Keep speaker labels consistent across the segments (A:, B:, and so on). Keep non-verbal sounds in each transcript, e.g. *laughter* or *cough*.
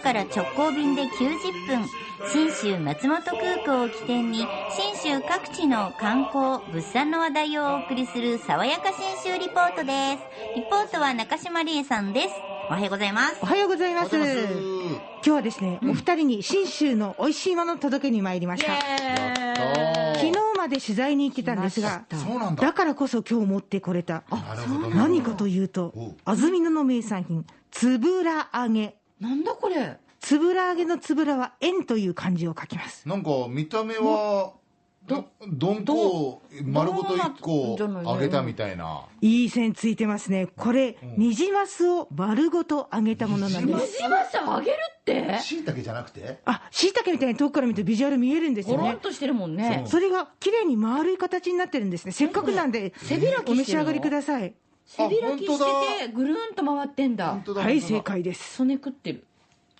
A: から直行便で90分、新州松本空港を起点に、新州各地の観光、物産の話題をお送りする、爽やか新州リポートです。リポートは中島理恵さんです。おはようございます
B: お。はようございます。今日はですね、お二人に信州の美味しいものを届けに参りました。昨日まで取材に行ってたんですが、
C: そうなんだ
B: だからこそ今日持ってこれた。
C: なるほどね
B: 何かというと
C: おう、
B: 安曇野の名産品、つぶら揚げ。
D: なんだこれ
B: つぶら揚げのつぶらは円という漢字を書きます。
C: なんか見た目はどどんこを丸ごと一個
D: どんな
C: 揚げたみたいない
B: い線ついてますね。これ、ニジマスを丸ごと揚げたものなんで
D: ニ
B: す。
D: ジマス揚げるって
C: しいたけじゃなくて
B: あ、椎茸みたいに遠くから見るとビジュアル見えるんです
D: ゴ
B: よ
D: ロ
B: ね
D: ン。としてるもんね
B: それが綺麗に丸い形になってるんですね。せっかくなんで、
D: 背開きしてるの
B: お召し上がりください。
D: 背開き
C: あ本当だ
D: しててぐるんと回ってんだ
C: 本当だ
B: はい、
C: 本当だ
B: 正解です。
D: 曽根食ってる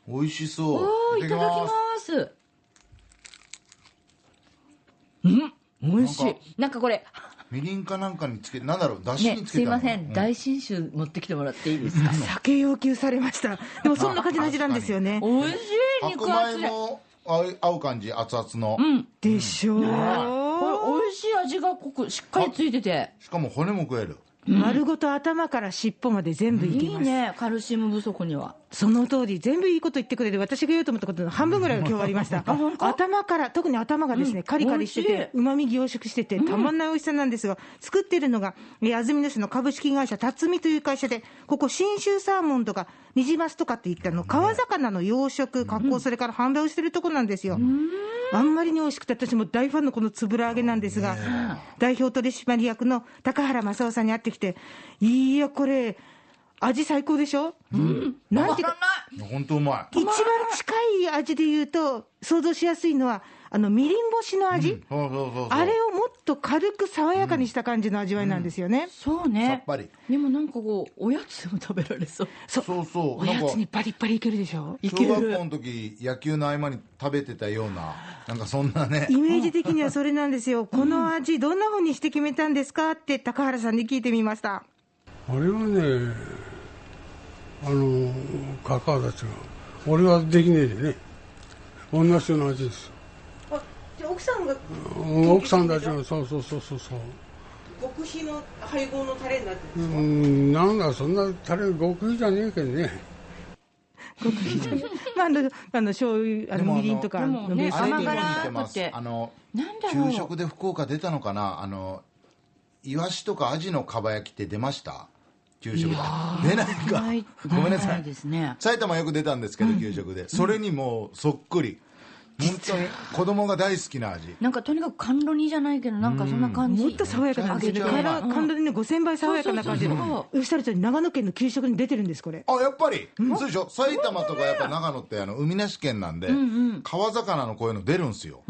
C: 美味しそう
D: おーいただきますうん美味しい
C: な
D: なんん
C: か
D: かこれ
C: みりんかなんかにつけなんだろうだし
D: ね
C: につ
D: す
C: け
D: い
C: たの
D: ません、
C: う
D: 大信州持ってきてもらっていいですか
B: 酒要求されました。でもそんな感じの味なんですよね。
D: 美味しい
C: 白
D: 肉厚
C: 米
D: で
C: も合い合う感じ熱々の
D: うん
B: でしょう。
D: これ美味しい味が濃くしっかりついてて
C: しかも骨も食える
B: 丸ごと頭から尻尾まで全部いけ
D: いい
B: ます。
D: ねカルシウム不足には
B: その通り、全部いいこと言ってくれて、私が言おうと思ったことの半分ぐらいは今日ありました。頭から、特に頭がですね、カリカリして
D: 美味
B: て
D: し、
B: うまみ凝縮してて、たまんない美味しさなんですが、作ってるのが、えー安曇野市の株式会社、辰巳という会社で、ここ、信州サーモンとか、ニジマスとかっていったの、川魚の養殖、加工、それから販売をしてるとこなんですよ。あんまりに美味しくて、私も大ファンのこのつぶら揚げなんですが、代表取締役の高原正夫さんに会ってきて、いや、これ、味最高でしょ、なんていうか、
C: 本当うまい
B: 一番近い味で言うと、想像しやすいのは、あのみりん干しの味、
C: そうそうそうそう
B: あれをもっと軽く爽やかにした感じの味わいなんですよね。
D: そうね
C: さっぱり
D: でもなんかこうおやつでも食べられそう
C: そうそう
B: お
C: なん
B: や
C: か
B: つにパリッパリいけるでしょ
C: 小学校の時野球の合間に食べてたようななんかそんなね
B: イメージ的にはそれなんですよ、この味、どんな風にして決めたんですかって、高原さんに聞いてみました。
E: あれはね、あの、カカたちが、俺はできねえでね、同じような味です。
B: 奥さんが
E: 奥さんたちが、そうそうそうそうそう。
B: 極秘の配合のタレになって
E: うん、なんだ、そんなタレ極秘じゃねえけどね。
B: まあ、あの、あの醤油、あ
C: で
B: の
C: もあ
B: み
C: の
B: りんとか
D: で
B: の
D: もね
B: ベース
C: あれ
B: に
C: に
D: 甘
C: も
D: 辛
C: 似てま
D: くて
C: すあの
D: なんだろ
C: 給
D: う
C: 食で福岡出たのかなあのイワシとかアジのかば焼きって出ました給食で出ないか
D: ない
C: ごめんなさ
D: ない
C: い
D: ですね
C: 埼玉よく出たんですけど給食で、それにもうそっくり本当に子供が大好きな味
D: なんかとにかく甘露煮じゃないけどなんかそんな感じ
B: もっと爽やかなんですよ
C: めちゃ
B: ね。
C: めちゃうまい
B: 感感動でね、5000倍爽やかな感じ
D: そうそうそう
B: の。おっしゃるとり、長野県の給食に出てるんです、これ。
C: あやっぱり、そうでしょ埼玉とかやっぱ長野ってあの海なし県なんで、川魚のこういうの出るんすよ、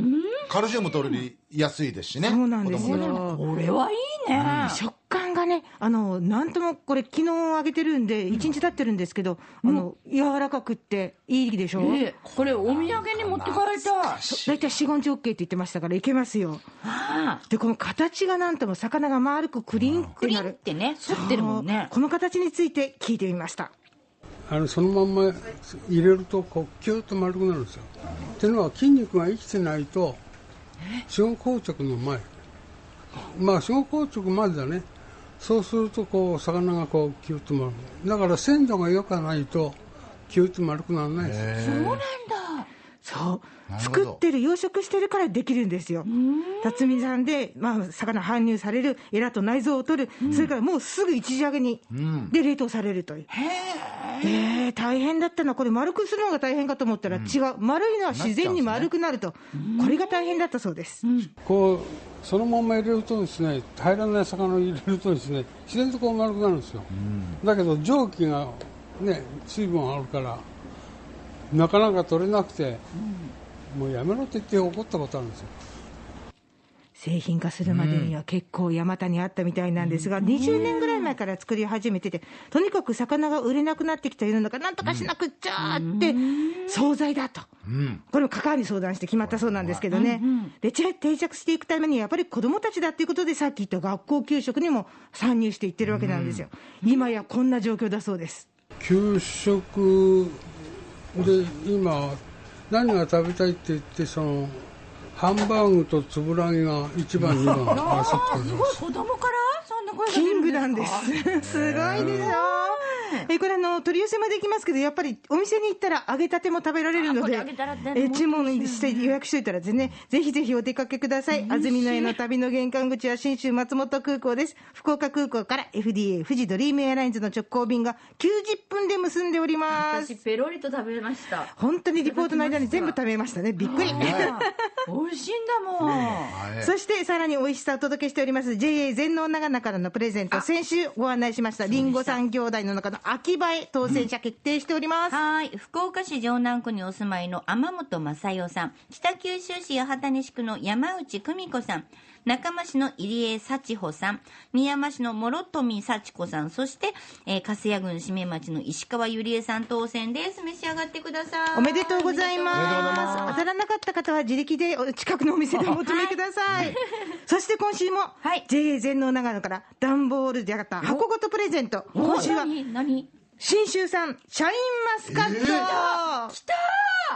C: カルシウム取りやすいですしね
B: そうなんです
C: 子供たちも
B: よ。
D: これはいいね、
B: 食感がね、あの、なんとも、これ、昨日揚げてるんで、1日経ってるんですけど、あの、柔らかくって、いいでしょ
D: ええこれお土産に持ってかれた
B: 大体4、5日 OK って言ってましたから、いけますよ。
D: ああ
B: で、この形がなんとも、魚が丸くクリン
D: ク
B: ク
D: リ
B: な
D: ンっ
B: る。
D: てね反ってるもんね
B: この形について聞いてみました。
E: あの、そのまんま入れると、こう、キューッと丸くなるんですよ。ってのは、筋肉が生きてないと、死後硬直の前。まあ、死後硬直までだね。そうすると、こう、魚がこう、キューッと丸くだから、鮮度が良くないと、キューッと丸くならないですよ。
D: そうなんだ
B: そう、
C: るほど
B: 作ってる、養殖してるからできるんですよ。辰巳さんで、まあ、魚搬入される、エラと内臓を取る、それからもうすぐ一時揚げに、で、冷凍されるという。えー大変だったな、これ、丸くするのが大変かと思ったら、違う、丸いのは自然に丸くなると、これが大変だったそうです。
E: こうそのまんま入れるとですね平らな魚を入れるとですね自然とこう丸くなるんですよ、だけど蒸気がね水分あるからなかなか取れなくて、もうやめろって言って怒ったことあるんですよ
B: 製品化するまでには結構山谷あったみたいなんですが、20年ぐらい前から作り始めてて、とにかく魚が売れなくなってきた世の中、なんとかしなくっちゃって、惣菜だと、これもカカに相談して決まったそうなんですけどね、でち定着していくために、やっぱり子どもたちだっていうことで、さっき言った学校給食にも参入していってるわけなんですよ、今やこんな状況だそうです。
E: 給食で今何が食べたいって言ってそのハンバーグとつぶらぎが1番2番 *laughs* 争っており
D: す
E: ま
D: ごい
E: す
D: 子供からそんな声が出
B: キ
D: る
B: ン
D: ん
B: グ
D: です
B: な
D: か
B: んです。すごいでしょえ、これあの、取り寄せもできますけど、やっぱりお店に行ったら揚げたても食べられるの
D: あこれ
B: で
D: 揚げたらね、
B: え、注文して予約しといたら全然、ぜひぜひお出かけください。安曇野への旅の玄関口は新州松本空港です。福岡空港から FDA 富士ドリームエアラインズの直行便が90分で結んでおります
D: 私。ペロリと食べました
B: 本当にリポートの間に全部食べましたね。びっくり。
D: 美味しいんだもん、
C: はい
B: そしてさらに美味しさをお届けしております JA 全農長野からのプレゼント先週ご案内しましたりんご三兄弟の中の秋映え当選者決定しております、
A: はい福岡市城南区にお住まいの天本正代さん北九州市八幡西区の山内久美子さん中間市の入江幸穂さん宮山市の諸富幸子さんそして、えー、粕谷郡締め町の石川ゆりえさん当選です召し上がってください
B: おめでとうございます
A: おめでとうござい
B: 当たらなかった方は自力でお近くのお店でお求めください、そして今週も、
A: はい
B: JA 全農長野から段ボールじゃなかった箱ごとプレゼント今週は
D: 何何
B: 信州産シャインマスカット、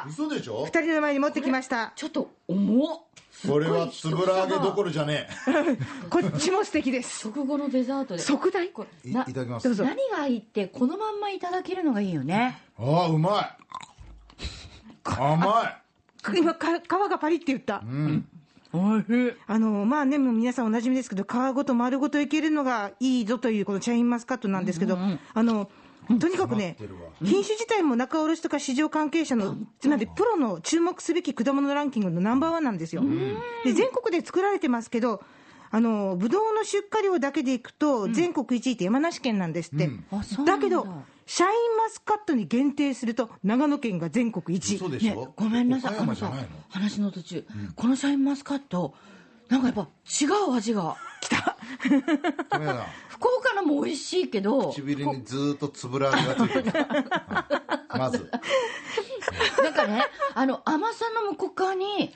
C: 嘘でしょ
B: 二人の前に持ってきました
D: ちょっと重っ
C: これはつぶら揚げどころじゃねえ
B: こっちも素敵です
D: 食後のデザートで
B: 即大
D: これ
C: いい
D: な
C: ただき
B: ど
C: ま
B: う
C: す
B: ぞ
D: 何がいいってこのまんまいただけるのがいいよね
C: ああうまい甘い
B: 今か皮がパリって言った
D: おいしい
B: あのまあね、もう皆さんおなじみですけど、皮ごと丸ごといけるのがいいぞという、このシャインマスカットなんですけど、あのとにかくね、品種自体も仲卸とか市場関係者の、つまりプロの注目すべき果物ランキングのナンバーワンなんですよ。で全国で作られてますけどあのブドウの出荷量だけでいくと、全国1位って山梨県なんですって、
D: あそうな
B: だ
D: ん
B: けど、シャインマスカットに限定すると、長野県が全国1位。
C: 嘘でし
D: ね
C: ょ、
D: ごめんなさい
C: 岡
D: あ
C: 山
D: の
C: じゃ
D: さ
C: ないの
D: 話の途中、このシャインマスカットなんかやっぱ違う味が
C: 富山
D: 福岡のも美味しいけど
C: 唇にずーっとつぶら揚げがついてるはいまず
D: なんかねあの甘さの向こう側に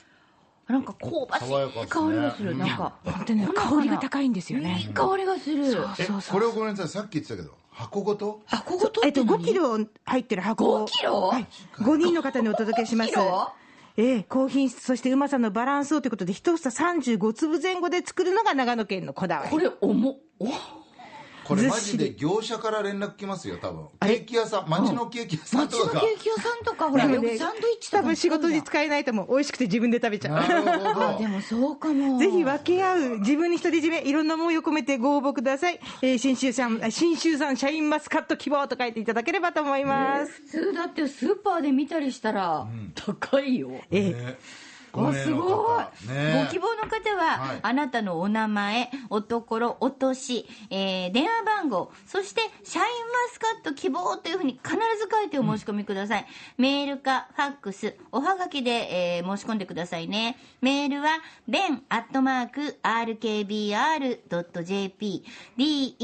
D: なんか香ばし
C: 爽やか
D: い
C: ですね
D: 香りがするなんか
B: 本当ね、
D: 香りが
B: 高いんですよね
D: いい香りがする
C: えこれをごめんなさいさっき言ってたけど箱ごと
D: あここ
B: えっ
D: 取っ
B: と、
D: て
B: 5キロ入ってる箱を
D: 5キロ
B: はい、5人の方にお届けします
D: 5キロ
B: ええ、高品質そしてうまさのバランスをということで一房35粒前後で作るのが長野県のこだわ
D: こ
B: り
D: れ重っお
C: これ
B: ずっ
C: マ
B: し
C: ジ
B: り
C: で業者から連絡来ますよ多分
B: あ
C: ケ
B: れ
C: ーキ屋さん町のケーキ屋さん
D: 町
C: と
D: のケ
C: か
D: ーキ屋さんとかほら
B: な
D: よ
B: ので
D: くサンドイッチと
B: 多
D: かも
B: 分仕事
D: そうじゃ
B: に
D: ん
B: 使えないと思う美味しくて自分で食べちゃう
C: なるほ
D: あ
C: ど
D: でもそうかも
B: ぜひ分け合う、自分に独り占め、いろんな思いを込めてご応募ください。えー、新州産、あ新州産シャインマスカット希望と書いていただければと思います。
D: 普通だってスーパーで見たりしたら高いよ、
B: えー
C: ね
D: あ
C: ご名
D: す
C: の
D: ご
C: 方
D: い、
C: ね
A: ご希望の方は、
C: はい
A: あなたのお名前、おところ、お年、えー電話番号、そして、シャインマスカット希望というふうに必ず書いてお申し込みください。メールか、ファックス、おはがきで、えー申し込んでくださいね。メールは、ben アットマーク rkbr.jp、den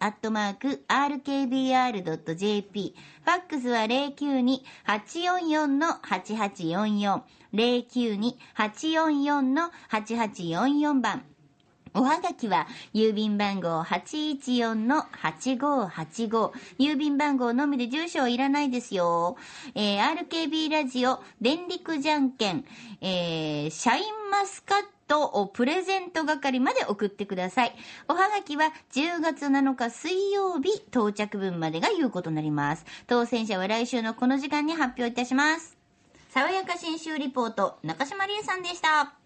A: アットマーク rkbr.jp、ファックスは092-844-8844、092-844-8844番。おはがきは、郵便番号814-8585。郵便番号のみで住所はいらないですよ。えー RKB ラジオ、電力じゃんけん、えーシャインマスカットをプレゼント係まで送ってください。おはがきは、10月7日水曜日到着分までが有効となります。当選者は来週のこの時間に発表いたします。爽やか新州リポート、中島理恵さんでした。